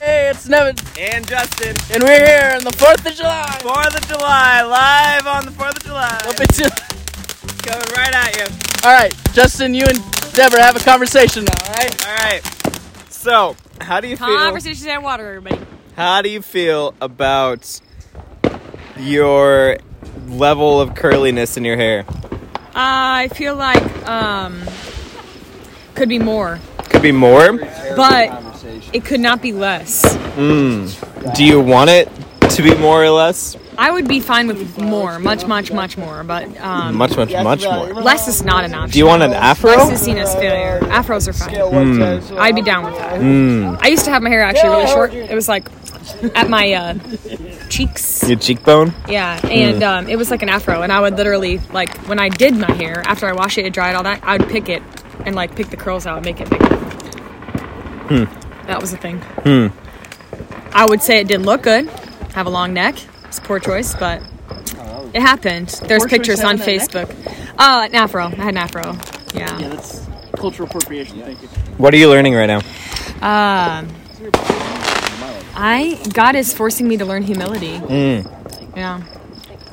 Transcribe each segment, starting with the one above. it's Nevin, and Justin and we're here on the 4th of July. Fourth of July live on the Fourth of July. Hope it's you- Coming right at you. All right, Justin, you and Deborah have a conversation now, all right? All right. So, how do you feel? Conversations and water, everybody. How do you feel about your level of curliness in your hair? I feel like um, could be more, Could be more. but it could not be less. Hmm. Do you want it to be more or less? I would be fine with more, much, much, much more, but um, Much, much, much more. less is not an option. Do you want an Less afro? Hmm, is seen as failure. Afros are fine. Mm. I'd be down with that. Mm. I used to have my hair actually really short. It was like at my uh, cheeks. Your cheekbone? Yeah, and um, it was like an afro, and I would literally like when I did my hair after I washed it, it dried all that. I would pick it and like pick the curls out and make it bigger. Hmm. That was a thing. Hmm. I would say it didn't look good. Have a long neck. It's a poor choice, but it happened. There's Poor choice pictures on having a neck? Facebook. Uh, an afro. I had an afro. Yeah, Yeah. that's cultural appropriation, thank you. What are you learning right now? Um, I God is forcing me to learn humility. Yeah.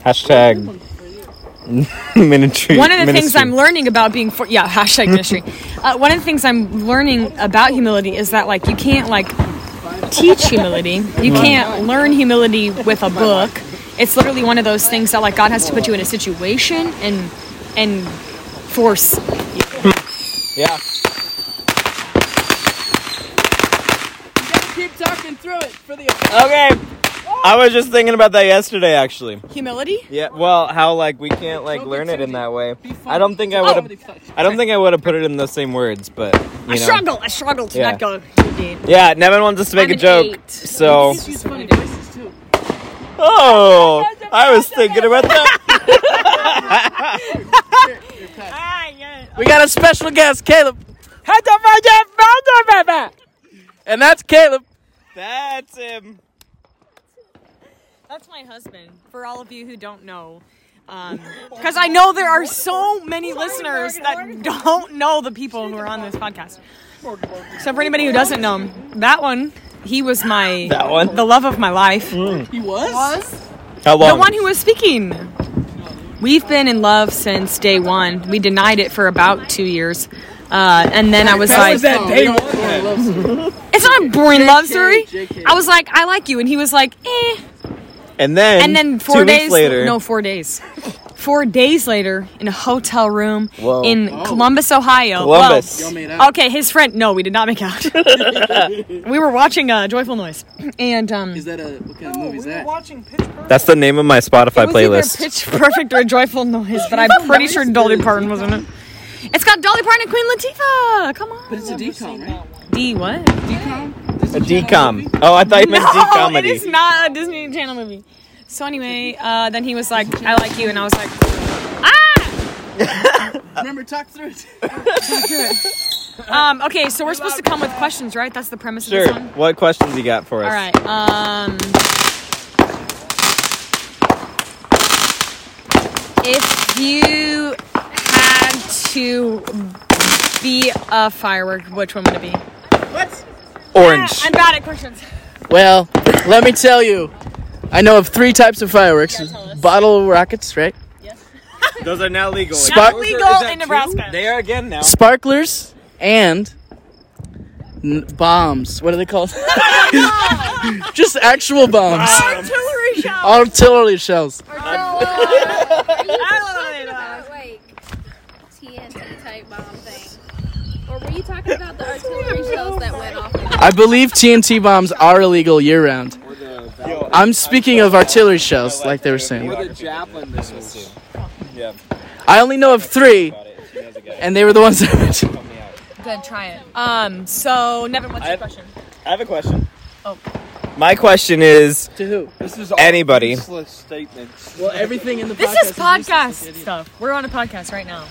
Hashtag ministry. one of the things ministry. I'm learning about being for yeah hashtag ministry. uh, one of the things I'm learning about humility is that like you can't like teach humility. You can't learn humility with a book. It's literally one of those things that like God has to put you in a situation and and force. Yeah. Keep talking through it for the Okay. I was just thinking about that yesterday, actually. Humility? Yeah. Well, how like we can't like Don't learn it in confuse that way. Be funny. I don't think I Oh. would have. I don't think I would have put it in the same words, but I you know. struggle. I struggle to Yeah. not go. Indeed. Yeah, Nevin wants us to make I'm a an joke. eight. So, She's used funny voices too. oh, I was thinking about that. Ah, yeah. We got a special guest, Caleb. And that's Caleb. That's him. That's my husband. For all of you who don't know, because I know there are so many listeners that don't know the people who are on this podcast. So for anybody who doesn't know him, that one, he was my That one. the love of my life, He was? How long? the one who was speaking. We've been in love since day one. We denied it for about two years, uh, and then I was like, that day one. "It's not a boring love story." JK. I was like, "I like you," and he was like, "Eh." and then. and then four two days weeks later. No, four days. Four days later, in a hotel room Whoa. in Columbus, Ohio. Columbus. Well, Y'all Oh. made out. Okay, his friend. No, we did not make out. we were watching uh, Joyful Noise, and um, Is that a, what kind of movie is that? That's the name of my Spotify it was playlist. either Pitch Perfect or Joyful Noise, but I'm pretty sure Dolly Parton was in it. It's got Dolly Parton and Queen Latifah. Come on, But it's a decom, right? D what? a decom. Oh, I thought you meant no, decomedy. it is not a Disney Channel movie. So anyway, uh, then he was like, "I like you," and I was like, "Ah!" Remember, talk through it. Um, okay, so we're supposed to come with questions, right? That's the premise of Sure. this one. What questions you got for us? All right. Um, if you had to be a firework, which one would it be? Ah, Orange. I'm bad at questions. Well, let me tell you. I know of three types of fireworks. Yeah, tell us. Bottle rockets, right? Those are now legal. Spark- Not legal in Nebraska. They are again now. Sparklers and n- bombs. What are they called? Just actual bombs. Artillery shot. Artillery shells. I talking about like TNT type bomb thing? Or were you talking about the artillery shells that went off? I believe TNT bombs are illegal year round. I'm speaking of artillery shells, like they were saying. Or the Javelin missiles. I only know of three, and they were the ones that I mentioned. Good, try it. Um, so Nevin, what's I- your question? I have a question. Oh. My question is To who? This is all Anybody. useless statements. Well, everything in the This podcast is podcast stuff. We're on a podcast right now.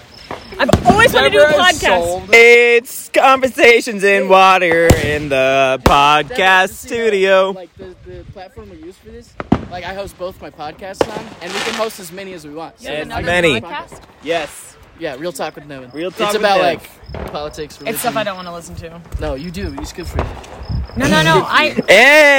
I've always wanted to do a Deborah is podcast. sold. It's Conversations in Water in the podcast studio. Like the, the platform we use for this, like I host both my podcasts on, and we can host as many as we want. So As Another many. podcast? Yes. Yeah, real talk with Nevin. Real Talk It's with about Nevin. like politics. Religion. It's stuff I don't want to listen to. No, you do. It's good for you. No, no, no. I.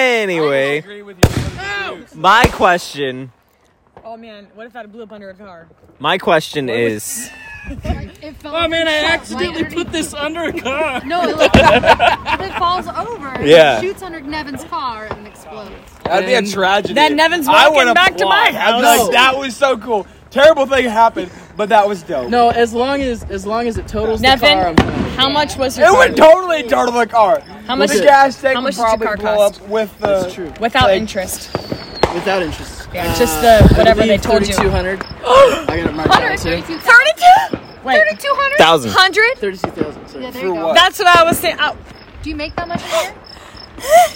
Anyway, agree with you. my question, Oh man, what if that blew up under a car? my question is, It fell oh man, I accidentally put this under a car. No, it like, if it falls over, Yeah. it shoots under Nevin's car and explodes. That'd be a tragedy. Then Nevin's I walking would back to my applaud. I'd be house. Like, that was so cool. Terrible thing happened, but that was dope. No, as long as as long as it totals the car, Nevin, I'm fine. How much was your? It car? would totally turtle the car. How much? the gas tank how much would did your probably car blow cost? up with the. That's true. Without Like- interest. Without interest. Yeah, just the- whatever they told you. Thirty-two hundred. I got it marked down too. 132 Thirty-two. Wait, 200? thousand. hundred. Thirty-two thousand. Sorry. Yeah, there For you go. what? That's what I was saying. Oh, Do you make that much a year?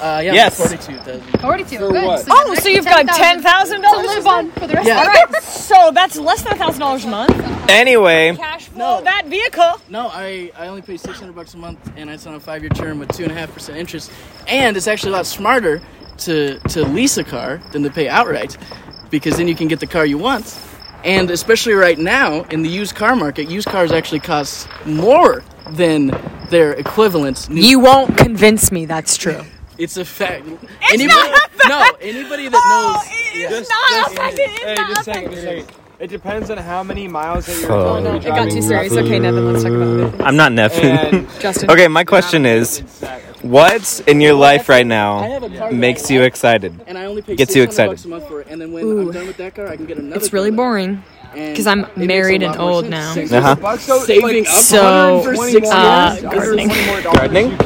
Uh, yeah, Yes. Forty-two thousand. 42. For good. what? you have Oh, an so extra you've got $10,000 $10,000 to live on for the rest Yeah. of all your right. So that's less than a thousand dollars a month. Anyway, Cash flow No. that vehicle. No, I, I only pay six hundred bucks a month, and it's on a five-year term with two and a half percent interest. And it's actually a lot smarter to to lease a car than to pay outright, because then you can get the car you want. And especially right now in the used car market, used cars actually cost more than their equivalents. New- won't convince me that's true. it's a fact. anybody, no, anybody that Oh, knows. it's Just- not just- affected. It's Hey, not just a affected. second, just a second. It depends on how many miles that you're Oh, doing. no, It got too serious. Okay, Nevin, let's talk about it. I'm not Nephin. And- Justin. okay, my question is, what in your life right now have a car that makes I you like, excited? and I only pay gets 600 you excited. bucks a month for it, and then when Ooh. I'm done with that car, I can get another. It's really car. boring. And 'Cause I'm it makes married a lot and more old sense. now. Six Uh-huh. saving up So, 100 for six uh, years. gardening. Gardening?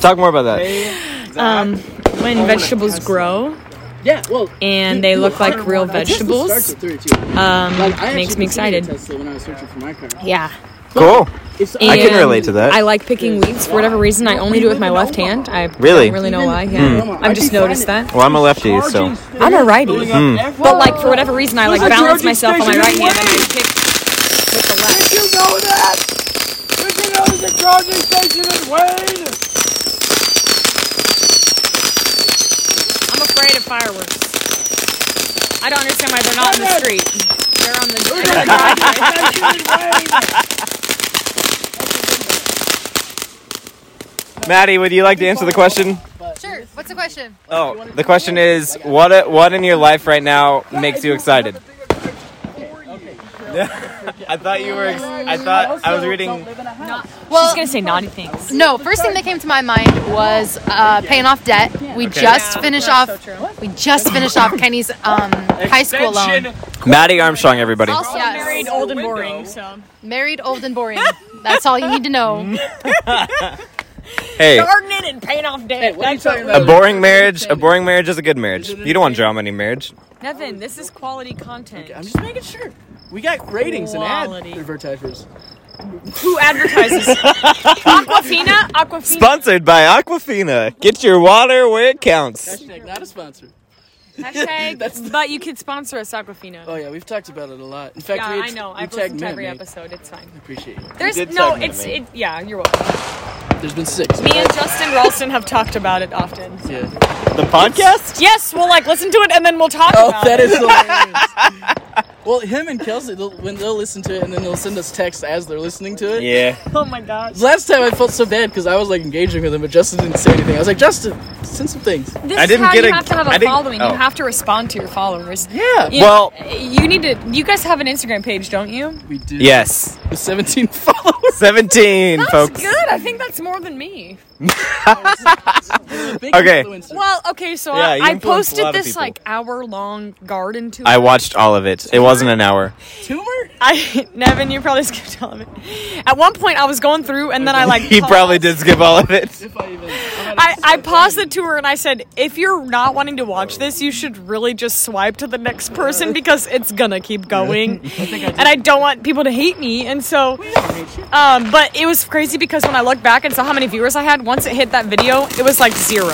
Talk more about that. Um, when vegetables grow Yeah, well, and you- they you look like are- real a Tesla vegetables, starts at 32. um, Like, I makes actually me considered a excited. Tesla when I was searching for my car. Yeah. Cool. It's- I can And relate to that. I like picking weeds for whatever reason. I only do it with my left hand. I Really? don't really know why. Hmm. Yeah, I've just noticed that. Well, I'm a lefty, so Hmm. Mm. I'm a righty, but like for whatever reason, I like There's a balance charging myself on my station right hand and I away. pick with the left. Did you know that? Did you know there's a charging station in Wayne? I'm afraid of fireworks. I don't understand why they're not in the street. They're on the. They're on the driveway. Maddie, would you like to answer the question? Sure. What's the question? Oh, the question is, what what in your life right now makes you excited? I thought you were. Ex- I thought I was reading. Well, She's gonna say naughty things. no, first thing that came to my mind was uh, paying off debt. We just Yeah, finished that's off. so true. We just finished off Kenny's um, high school loan. Maddie Armstrong, everybody. Also, yes. Married, old, and boring. So Married, old, and boring. That's all you need to know. Hey, gardening and paying off debt. what are you That's what talking we- about? a boring marriage. A boring marriage is a good marriage. You don't want drama in your marriage. Nothing. This is quality content. I'm just making sure. We got ratings Quality. and ad advertisers. Who advertises? Aquafina. Aquafina. Sponsored by Aquafina. Get your water where it counts. Hashtag not a sponsor. Hashtag, but you could sponsor us, Aquafina. Oh yeah, we've talked about it a lot. In fact, yeah, we I know. we I've tagged listened to Matt every in it. episode. It's fine. Appreciate it. There's did no. tag me, It's I it. mean. Yeah, you're welcome. There's been six. Me and Justin Ralston have talked about it often. Yeah. The podcast? Yes, we'll like listen to it and then we'll talk Oh, about that it. is hilarious. well, him and Kelsey, they'll, when they'll listen to it, and then they'll send us texts as they're listening to it. Yeah. Oh my gosh. Last time I felt so bad because I was like engaging with him, but Justin didn't say anything. I was like, Justin, send some things. This I didn't is how get you a- have to have I a didn't- following. oh. You have to respond to your followers. Yeah. You- Well- you need to. You guys have an Instagram page, don't you? We do. Yes. With 17 followers. Seventeen, That's folks. good. I think that's more than me. Big Okay. influencer. Well, okay, so Yeah, you I, I influenced a posted lot of this people. like hour long garden tour. I watched all of it. It wasn't an hour. Tumor? I Nevin, you probably skipped all of it. At one point, I was going through, and then I like He probably paused. did skip all of it. If I even. I'm I, not- I paused the tour and I said, if you're not wanting to watch this, you should really just swipe to the next person because it's gonna keep going. and I don't want people to hate me. And so, um, but it was crazy because when I looked back and saw how many viewers I had, once it hit that video, it was like zero.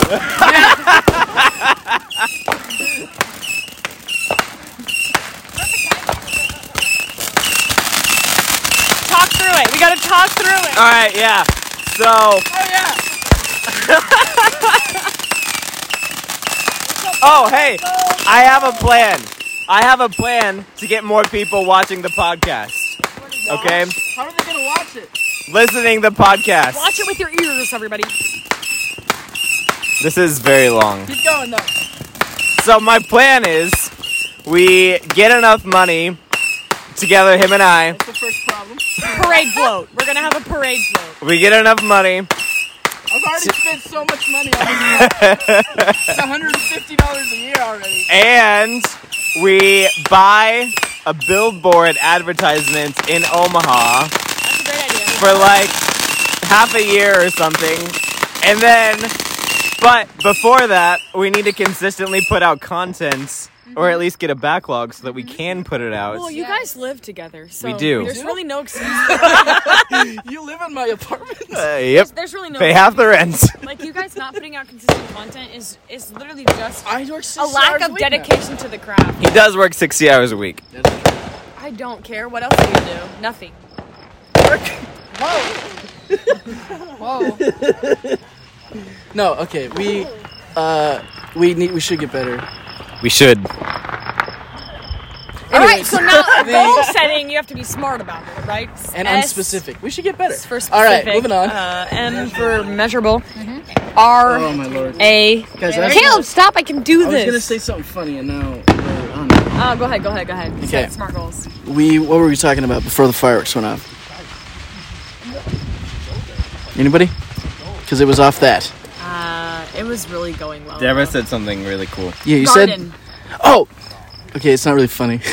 talk through it. We gotta talk through it. All right. Yeah. So. Oh, hey, I have a plan. I have a plan to get more people watching the podcast. Oh Okay? How are they going to watch it? Listening to the podcast. Watch it with your ears, everybody. This is very long. Keep going though. So my plan is we get enough money together, him and I. That's the first problem. Parade float. We're gonna have a parade float. We get enough money. I've already spent so much money on this. It's $150 a year already. and we buy a billboard advertisement in Omaha That's a great idea. for like half a year or something. And then, but before that, we need to consistently put out content or at least get a backlog so that we can put it out. Well, you guys live together, so We do. There's We do? really no excuse. You live in my apartment? Uh, yep. There's really no. Pay half the rent. Like you guys not putting out consistent content is is literally just I work six a lack hours a of week now. dedication to the craft. he does work 60 hours a week. That's true. I don't care. What else do you do? Nothing. No, okay. We uh we need we should get better. We should. All right. So now the- goal setting, you have to be smart about it, right? And S unspecific. We should get better. is For specific. All right, moving on. Uh, M for measurable. R oh my lord. A. Guys, I was, Caleb, stop! I can do I was this. gonna say something funny and now we're on it. Oh, go ahead, go ahead, go ahead. Okay. Set smart goals. we what were we talking about before the fireworks went off? Anybody? Because it was off that. Uh, it was really going well. Deborah said something really cool. Yeah, you said. Garden. Oh, okay. It's not really funny.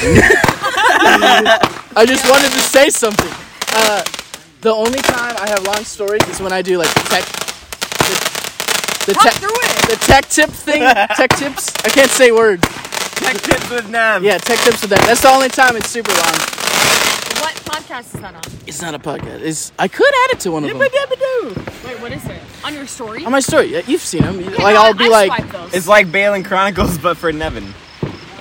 I just wanted to say something. Uh, the only time I have long stories is when I do like the tech. The, the Talk tech. through it. The tech tip thing. tech tips. I can't say words. Tech tips with Nev. Yeah, tech tips with that. That's the only time it's super long. What podcast is that on? It's not a podcast. It's I could add it to one of them. Wait, what is it? On your story? On my story, yeah, you've seen them. Like I'll be I like, swipe those. It's like Balin Chronicles, but for Nevin. yeah,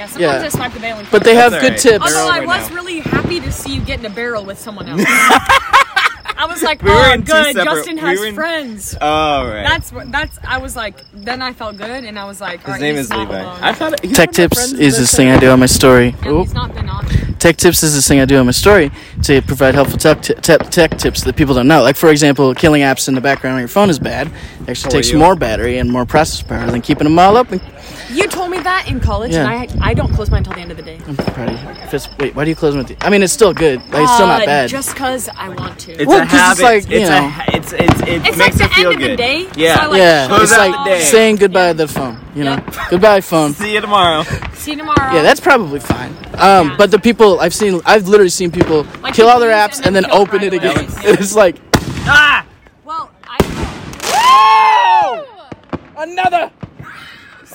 sometimes yeah. I swipe the bailing. but they have That's good alright. tips. Although They're I over was now. really happy to see you get in a barrel with someone else. I was like, We were oh, in two good. separate- Justin we has were in- friends. All right. That's what. That's. I was like. Then I felt good, and I was like, His name is Levi. I thought it- he's Tech one of my tips friends' is best this friends. thing I do on my story. And Oop. he's not been on. Tech tips is this thing I do on my story to provide helpful tech, t- tech tech tips that people don't know. Like, for example, killing apps in the background on your phone is bad. It actually takes you. more battery and more process power than keeping them all up. And You told me that in college, Yeah. and I I don't close mine until the end of the day. I'm proud of you. If it's- wait, why do you close them at the? I mean, it's still good. Like, it's still not Uh, bad. Just cause I want to. It's Well, a 'cause it's habit. like, It's, you a, know. ha- it's it's it It's like makes the you end feel of the good. day, so Yeah. I like- yeah, Close it's out like the day. saying goodbye to the phone. You know, Yeah. goodbye phone. See you tomorrow. See you tomorrow. Yeah, that's probably fine. Um, Yeah. But the people I've seen, I've literally seen people Like, kill all their use it apps and then, kill it open right it away. again. Yeah. it's like ah! Well, I. another.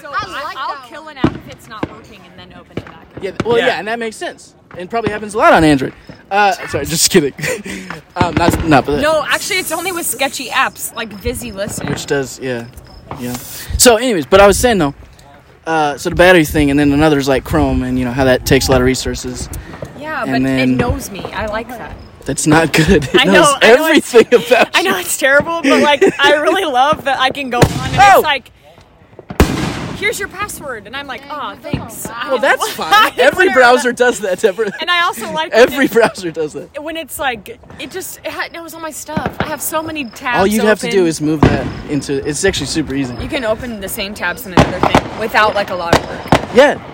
So I I like I'll that kill an app if it's not working, and then open it back. Yeah, well, yeah. Yeah. and that makes sense, and probably happens a lot on Android. Uh, sorry, just kidding. um, not not but No, actually, it's only with sketchy apps like Vizzy Listen. which does yeah, yeah. So, anyways, but I was saying though, uh, so the battery thing, and then another's like Chrome, and you know how that takes a lot of resources. yeah, and but it then- knows me. I like that. That's not good. It I know, knows I know, it's- everything about I know it's terrible, but like I really love that I can go on and Oh! it's like, here's your password, and I'm like, ah, thanks. I Well, didn't that's want- I fine. didn't Every wanna- browser does that. to Every, And I also like that every it- browser does that. when it's like it just it ha- knows all my stuff. I have so many tabs. All you'd have to open. do is move that into. It's actually super easy. you can open the same tabs in another thing without like a lot of work. Yeah,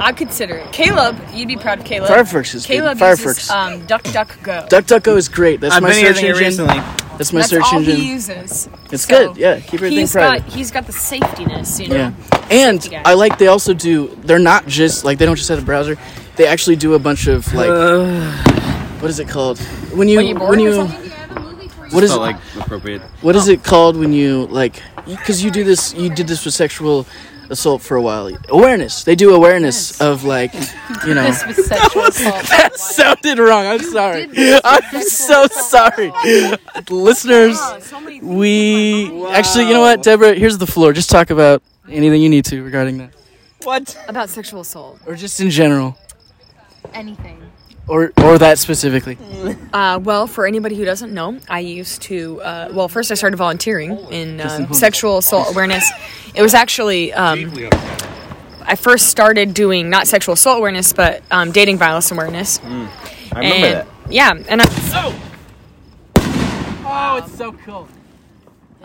I consider it. Caleb, you'd be proud of Caleb. Firefox is good. Caleb Firefox. uses um, DuckDuckGo. DuckDuckGo is great. That's I've my been search using it engine. recently. That's my That's search all engine. he uses. It's So good, yeah. Keep everything he's private. Got, he's got the safetiness, you know. Yeah. And Yeah. I like they also do they're not just like they don't just have a browser. They actually do a bunch of like what is it called? When you When you're bored or something? Oh. Andy, I have a movie for you. what is it Felt like appropriate. what is it called when you like cuz you do this you did this with sexual assault for a while. Awareness. They do awareness of like, you know. This was sexual assault. That sounded wrong. I'm sorry. did this I'm so sorry. Listeners, Oh, so many things. we actually, you know what, Deborah, here's the floor. Just talk about anything you need to regarding that What? about sexual assault. or just in general. Anything. or or that specifically. Uh, well, for anybody who doesn't know, I used to. Uh, well, first I started volunteering in um, sexual assault awareness. It was actually. Um, I first started doing not sexual assault awareness, but um, dating violence awareness. I remember and, that. Yeah, and I, Oh, it's so cool.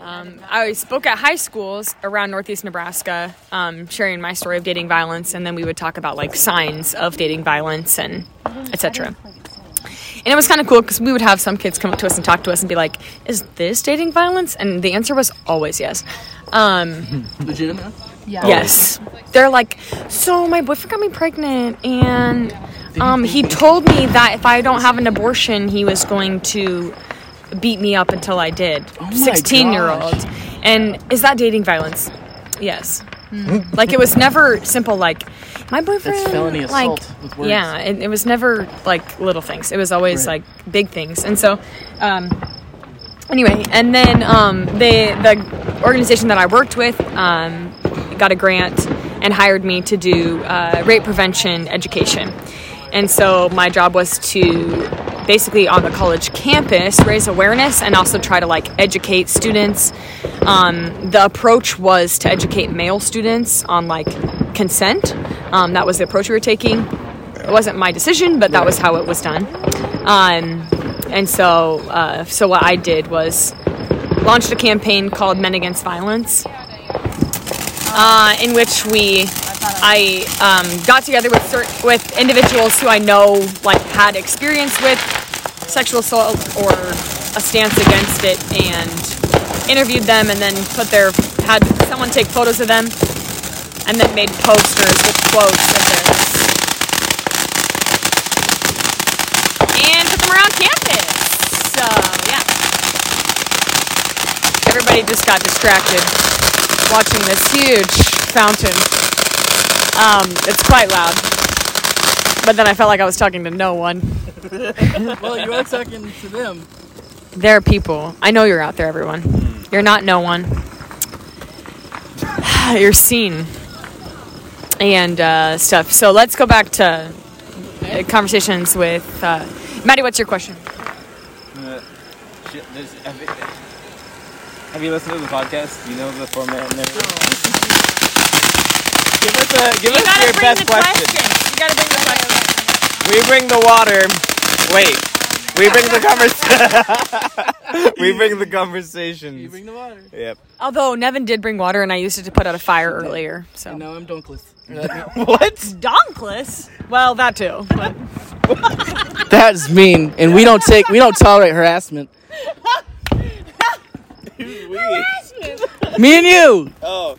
Um, I spoke at high schools around Northeast Nebraska, um, sharing my story of dating violence, and then we would talk about like signs of dating violence and etc. And it was kind of cool because we would have some kids come up to us and talk to us and be like, "Is this dating violence?" And the answer was always yes. Um, Legitimate? Yeah. Yes. They're like, so my boyfriend got me pregnant, and um, he told me that if I don't have an abortion, he was going to beat me up until I did. my 16 year old. gosh. And is that dating violence? Yes. like, it was never simple, like, my boyfriend. felony like, assault with words. Yeah, it, it was never like little things. It was always Right. like big things. And so, um, anyway, and then um, they, the organization that I worked with um, got a grant and hired me to do uh, rape prevention education. And so my job was to basically on the college campus raise awareness and also try to like educate students. Um, the approach was to educate male students on like consent. Um, that was the approach we were taking. It wasn't my decision, but that was how it was done. Um, and so, uh, so what I did was launched a campaign called Men Against Violence, uh, in which we, I um, got together with cer- with individuals who I know like had experience with sexual assault or a stance against it, and interviewed them, and then put their had someone take photos of them, and then made posters with quotes of theirs, and put them around campus. So yeah, everybody just got distracted watching this huge fountain. Um, it's quite loud, but then I felt like I was talking to no one. Well, you are talking to them. There are people. I know you're out there, everyone. You're not no one. you're seen and uh, stuff. So let's go back to uh, conversations with uh, Maddie. What's your question? Shit, there's- have, you, have you listened to the podcast? Do you know the format and everything? Give us, a, give us your best question. You gotta bring the question. We bring the water. Wait. We bring the conversation. we bring the conversations. You bring the water. yep. Although Nevin did bring water, and I used it to put out a fire earlier. So. And now I'm Dunkless. That- What? Donkless? Well, that too. But That's mean, and we don't take, we don't tolerate harassment. Me and you, Oh.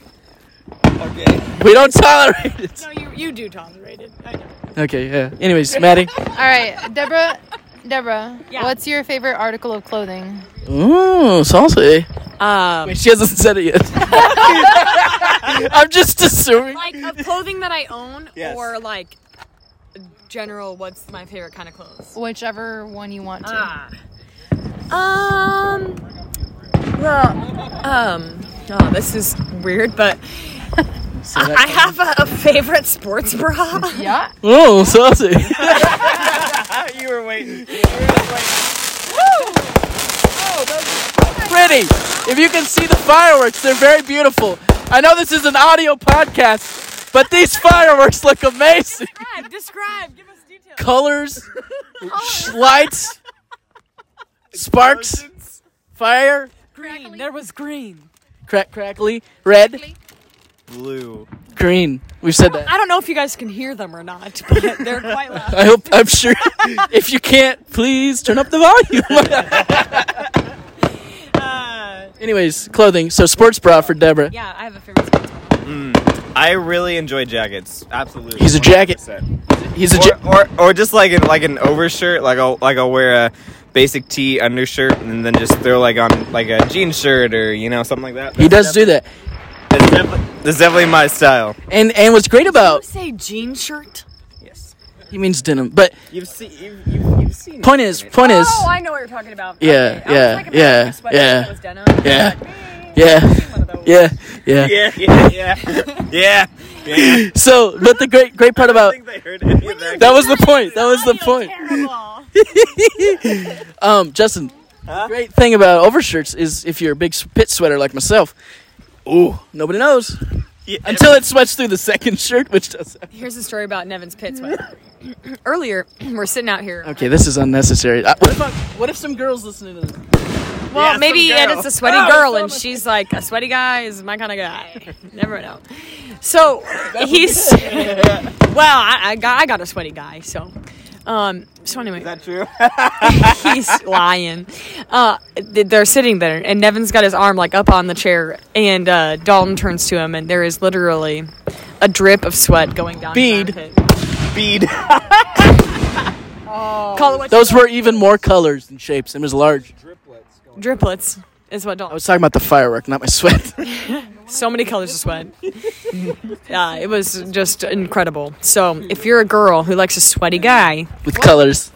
Okay. we don't tolerate it. no, you, you do tolerate it. I know. Okay, yeah. Anyways, Maddie. All right, Deborah. Deborah, Yeah. what's your favorite article of clothing? Ooh, eh? saucy. Um, Wait, she hasn't said it yet. I'm just assuming. like of clothing that I own, Yes. or like general, what's my favorite kind of clothes? Whichever one you want to. Ah. Um. Well, um. Oh, this is weird, but I have a, a favorite sports bra. Yeah. Oh, saucy. you were waiting. Pretty. If you can see the fireworks, they're very beautiful. I know this is an audio podcast, but these fireworks look amazing. describe, describe, give us details. Colors, sh- lights, sparks, fire, Green. There was green. crack, crackly, red, Blue. green. We've said that. I don't know if you guys can hear them or not, but they're quite loud. I hope. I'm sure. if you can't, please turn up the volume. Uh, Anyways, clothing. So sports bra for Deborah. yeah, I have a favorite sports bra. I really enjoy jackets. Absolutely. He's a jacket. 100%. He's a ja- or, or, or just like an like an overshirt. Like I'll like I'll wear a basic tee undershirt and then just throw like on like a jean shirt or you know something like that. he does do that. That's definitely, that's definitely my style. And and what's great You about say jean shirt? Yes. he means denim, but You've seen you've, you've, you've seen. point is point is Oh, I know what you're talking about. Yeah, Okay. I was yeah, like, yeah, imagining a sweater yeah. that was denim. yeah yeah One of those. yeah yeah. Yeah, yeah, yeah, yeah. yeah. So, but the great great part I about think they heard any of that. that was the point. That was the point. Terrible. Um, Justin, the great thing about overshirts is if you're a big s- pit sweater like myself, ooh, nobody knows Yeah. until it sweats through the second shirt, which does. Here's a story about Nevin's pit sweat. Earlier, we're sitting out here. Okay, this is unnecessary. I- what if I, what if some girls listening to this? Well, Yeah, maybe some girl. Oh, and it's a sweaty girl, and she's like, a sweaty guy is my kind of guy. Never know. So he's well, I, I got I got a sweaty guy. So, um, so anyway, that true? he's lying. Uh, th- they're sitting there, and Nevin's got his arm like up on the chair, and uh, Dalton turns to him, and there is literally a drip of sweat going down. his Bead. armpit. Bead. Call it what Those were even more colors and shapes. It was large. driplets is what I Dalton. was talking about the firework, not my sweat. So many colors of sweat. yeah, it was just incredible. So if you're a girl who likes a sweaty guy, With colors.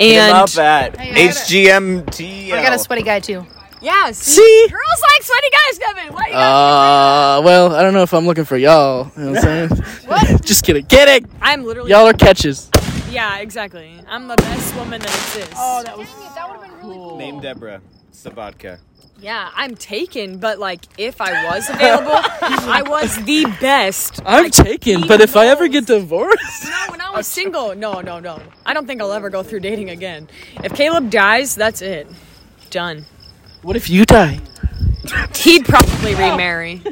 and Love that. Hey, I got HGMT. I got a sweaty guy too. yeah, see, See? girls like sweaty guys, Kevin. Why you got- Uh, well, I don't know if I'm looking for y'all. You know what I'm saying? What? Just kidding. Kidding! I'm literally Y'all are catches. yeah, exactly. I'm the best woman Oh, that exists. that was. Dang it, that would have been really cool. Name Deborah Sabatka. Yeah, I'm taken, but like if I was available, I was the best. I'm Like, taken, the but if I ever most. get divorced. No, when I was single, no, no, no. I don't think I'll ever go through dating again. If Caleb dies, that's it. Done. What if you die? He'd probably remarry.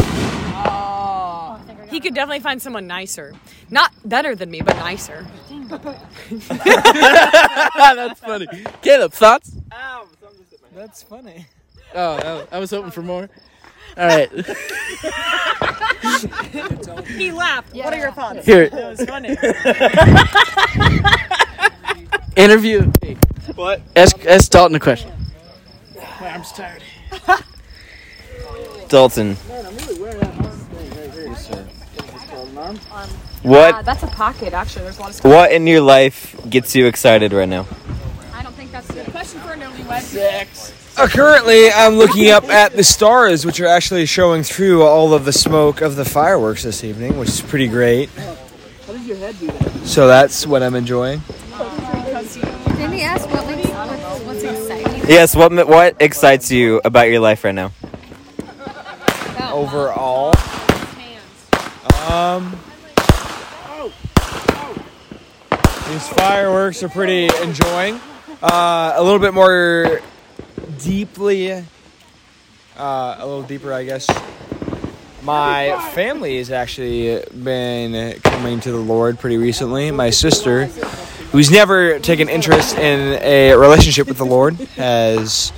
Oh. He could definitely find someone nicer. Not better than me, but nicer. That's funny. Caleb, thoughts? That's funny. Oh, no, I was hoping for more. All right, He laughed. What are your thoughts? here, It was funny. interview. What? Ask, ask Dalton a question. Dalton. What that's a pocket, actually. There's a lot of stuff. what in your life gets you excited right now? I don't think that's a good question for a newlywed. Uh, currently, I'm looking up at the stars, which are actually showing through all of the smoke of the fireworks this evening, which is pretty great. So that's what I'm enjoying. Didn't he ask what makes what's, what's exciting? Yes, what ma- what excites you about your life right now? Overall, um, these fireworks are pretty enjoying. Uh, a little bit more deeply, uh, a little deeper, I guess. My family has actually been coming to the Lord pretty recently. My sister, who's never taken interest in a relationship with the Lord, has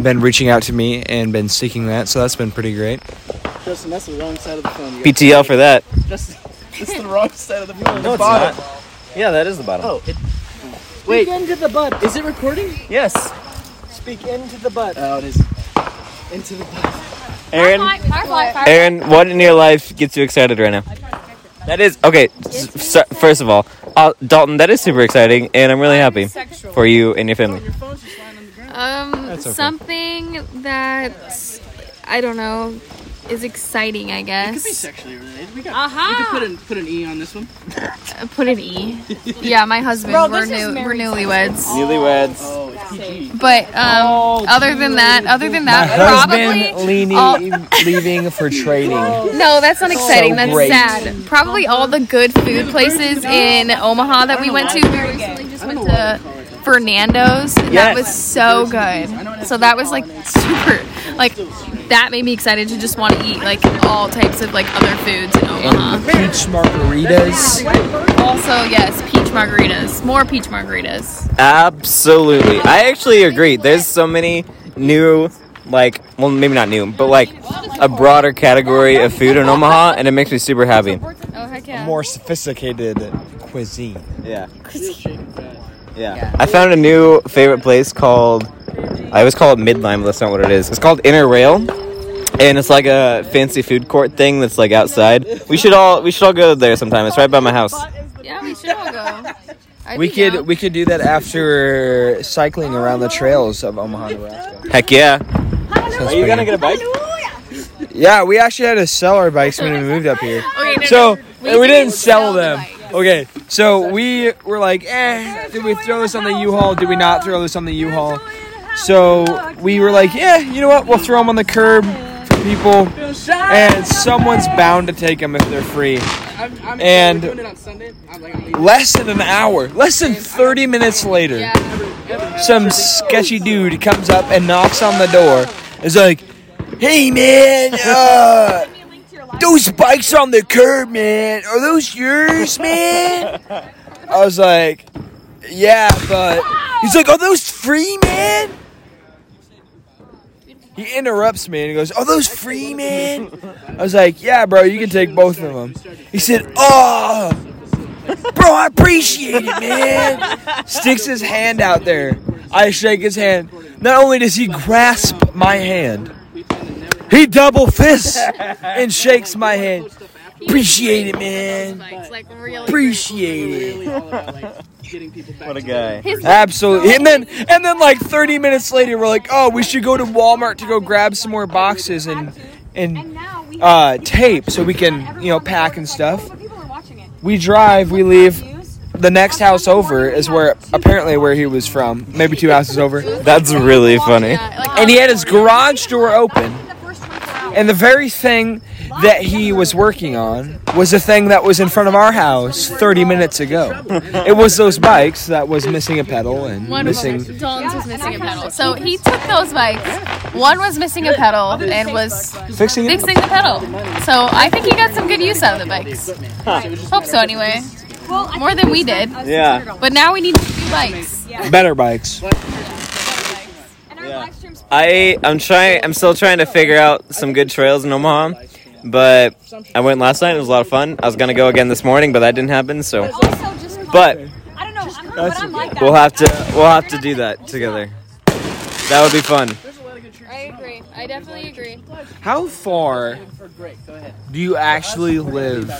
been reaching out to me and been seeking that, so that's been pretty great. Justin, that's the wrong side of the phone. You got- PTL for that. Justin, that's the wrong side of the phone. No, it's not. Yeah, that is the bottom. Oh, it, wait, into the butt. is it recording? Yes. Speak into the butt. Oh, it is. Into the box. Aaron, Firefly, firefly, firefly. Aaron, what in your life gets you excited right now? That is okay. s- so- first of all, uh, Dalton, that is super exciting, and I'm really happy for you and your family. Um, That's okay. something that I don't know is exciting, I It could be guess. sexually related. We got. Aha! uh-huh. You could put an put an e on this one. Uh, Put an E. yeah, my husband. Bro, we're this is new. We're married newlyweds. Newlyweds. Oh, it's PG. But um, other than that, other than that, probably leaning, all- leaving for trading. no. That's not exciting. that's great. sad. Probably all the good food places in Omaha that we went to. We recently just went to Fernando's. That Yes. was so good. So that was like super. Like that made me excited to just want to eat like all types of like other foods in Omaha. Peach margaritas. Also, yes, peach margaritas. More peach margaritas. Absolutely. I actually agree. There's so many new, like, well, maybe not new, but like a broader category of food in Omaha, and it makes me super happy. Oh heck yeah! More sophisticated cuisine. Yeah. Yeah. I found a new favorite place called I always call it Midline, but that's not what it is. It's called Inner Rail. And it's like a fancy food court thing that's like outside. We should all we should all go there sometime. It's right by my house. Yeah, we should all go. I'd We be could down. we could do that after cycling around the trails of Omaha, Nebraska. Heck yeah. Sounds pretty good. a bike? Yeah, we actually had to sell our bikes when we moved up here. Okay, no, So We we, didn't, didn't sell sell the them. bikes. Okay, so we were like, eh, did we throw this on the U-Haul? Did we not throw this on the U-Haul? So we were like, yeah, you know what? We'll throw them on the curb for people, and someone's bound to take them if they're free. I'm, I'm And- doing it on Sunday. I'm like, I'm leaving. Less than an hour, less than 30 minutes later, Yeah. some sketchy dude comes up and knocks on the door. It's like, hey man, uh, those bikes on the curb, man, are those yours, man? I was like, yeah, but he's like, are those free, man? He interrupts me and he goes, "Are those free, man?" I was like, "Yeah, bro, you can take both of them." He said, "Oh, bro, I appreciate it, man." Sticks his hand out there. I shake his hand. Not only does he grasp my hand, he double fists and shakes my hand. Appreciate it, man. It's like really Appreciate it. What a guy. His Absolutely. And then and then like 30 minutes later we're like, "Oh, we should go to Walmart to go grab some more boxes and and uh tape so we can, you know, pack and stuff." We drive, we leave the next house over is where apparently where he was from, maybe two houses over. That's really funny. Yeah, like, And he had his garage door open. And the very thing that he was working on was the thing that was in front of our house 30 minutes ago. It was those bikes that was missing a pedal and One missing of them, Dalton's was missing a pedal. So he took those bikes. One was missing a pedal and was fixing it. fixing the pedal. So I think he got some good use out of the bikes. Hope so, anyway. More than we did. Yeah. But now we need new bikes. Better bikes. I I'm trying I'm still trying to figure out some good trails in Omaha, but I went last night. It was a lot of fun. I was gonna go again this morning, but that didn't happen. So, but I don't know. I'm not, but I'm like that. we'll have to we'll have to do that together. That would be fun. I agree. I definitely agree. How far Or great, go ahead. do you actually live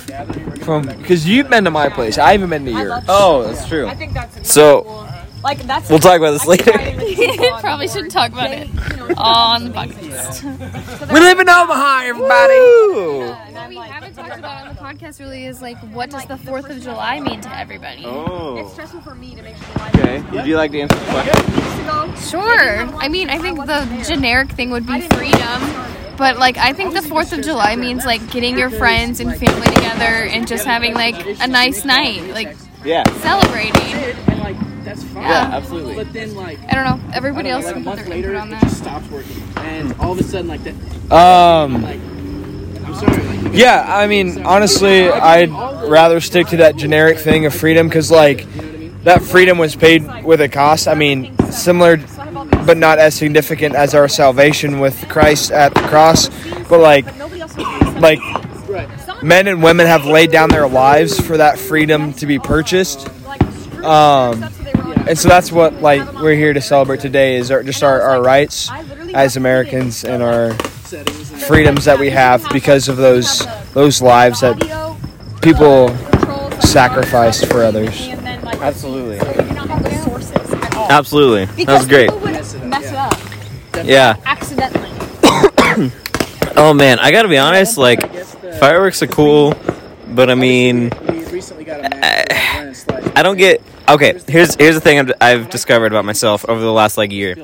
from? Because you've been to my place. I haven't been to yours. Oh, that's true. I think that's So like that's. we'll talk about this later. Probably shouldn't talk about it on the podcast. We live in Omaha, everybody. What we haven't talked about on the podcast really is like, what does the 4th of July mean to everybody? It's Oh. stressful for me to make sure my Okay. Would you like to answer the question? Sure. I mean, I think the generic thing would be freedom. But like I think the 4th of July means like getting your friends and family together and just having like a nice night, like Yeah. celebrating. And like that's fine. Yeah, absolutely. But then like I don't know. Everybody I else don't know, like, can a month put later their input on it that. just stops working. And all of a sudden like that Um. like I'm sorry, like you Yeah, I mean, honestly, I'd rather stick to that generic thing of freedom because, like, that freedom was paid with a cost. I mean, similar but not as significant as our salvation with Christ at the cross. But like, like men and women have laid down their lives for that freedom to be purchased. Um, and so that's what like we're here to celebrate today is our, just our, our rights as Americans and our settings and freedoms that we have because of those those lives that uh, people sacrificed for others. Absolutely. That Absolutely. That was great. mess it up. Mess it up Yeah. accidentally. Oh man, I gotta be honest. Like, Yes, the- fireworks are cool, but I mean, we recently got a map for Lawrence Slice. I don't get. Okay, here's here's the thing I've, I've discovered about myself over the last like year.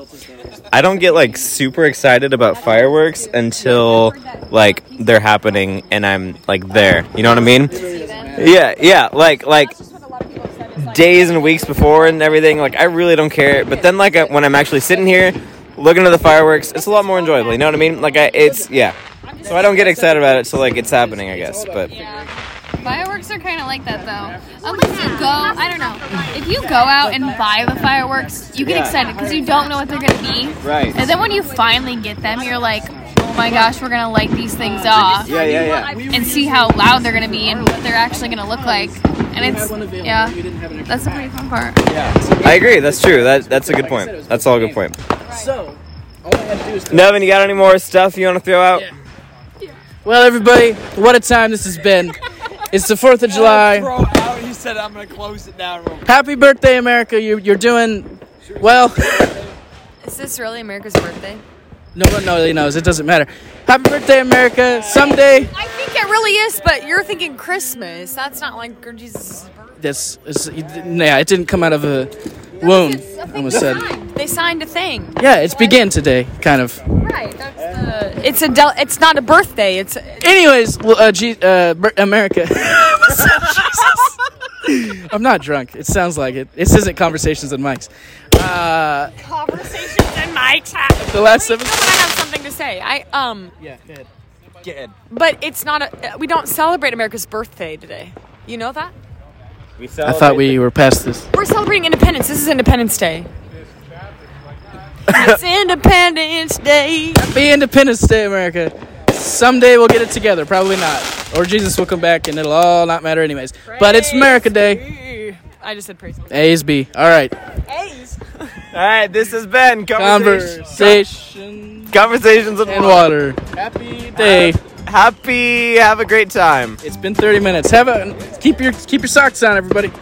I don't get like super excited about fireworks until like they're happening and I'm like there. You know what I mean? Yeah, yeah. Like like days and weeks before and everything. Like I really don't care. But then like I, when I'm actually sitting here looking at the fireworks, it's a lot more enjoyable. You know what I mean? Like I, it's yeah. So I don't get excited about it till like it's happening, I guess. But Yeah. Fireworks are kind of like that though. Unless you go, I don't know. If you go out and buy the fireworks, you get Yeah. excited because you don't know what they're gonna be. right. And then when you finally get them, you're like, oh my gosh, we're gonna light these things off Yeah, yeah, yeah. and see how loud they're gonna be and what they're actually gonna look like. And it's yeah, We didn't have an that's the pretty fun part. I agree. That's true. That that's a good point. That's all a good point. So, all I had to do is throw Nevin, you got any more stuff you want to throw out? Well, everybody, what a time this has been. It's the 4th of July. out, he said, I'm going to close it down. Happy birthday, America. You're, you're doing well. Is this really America's birthday? no one really knows. It doesn't matter. Happy birthday, America. Someday. I think it really is, but you're thinking Christmas. That's not like Jesus' birthday. This is, yeah, it didn't come out of a womb. I almost said. They signed a thing. Yeah, it's began today, kind of. Right. That's the. It's a. Del- it's not a birthday. It's. Anyways, well, uh, G- uh, Br- America. Jesus. I'm not drunk. It sounds like it. This isn't conversations and mics. Uh, Conversations in my chat. the last seven. No, but I have something to say. I um, Yeah, go ahead. Get but it's not a. uh, We don't celebrate America's birthday today. You know that? We I thought we were past this. We're celebrating Independence. This is Independence Day. it's Independence Day. Happy Independence Day, America. Someday we'll get it together. Probably not. Or Jesus will come back and it'll all not matter anyways. But it's America Day. I just said praise. A is B. All right. All right, this has been conversations, Conversation conversations with and water. Happy day. Happy. Have a great time. It's been 30 minutes. Have a keep your keep your socks on, everybody.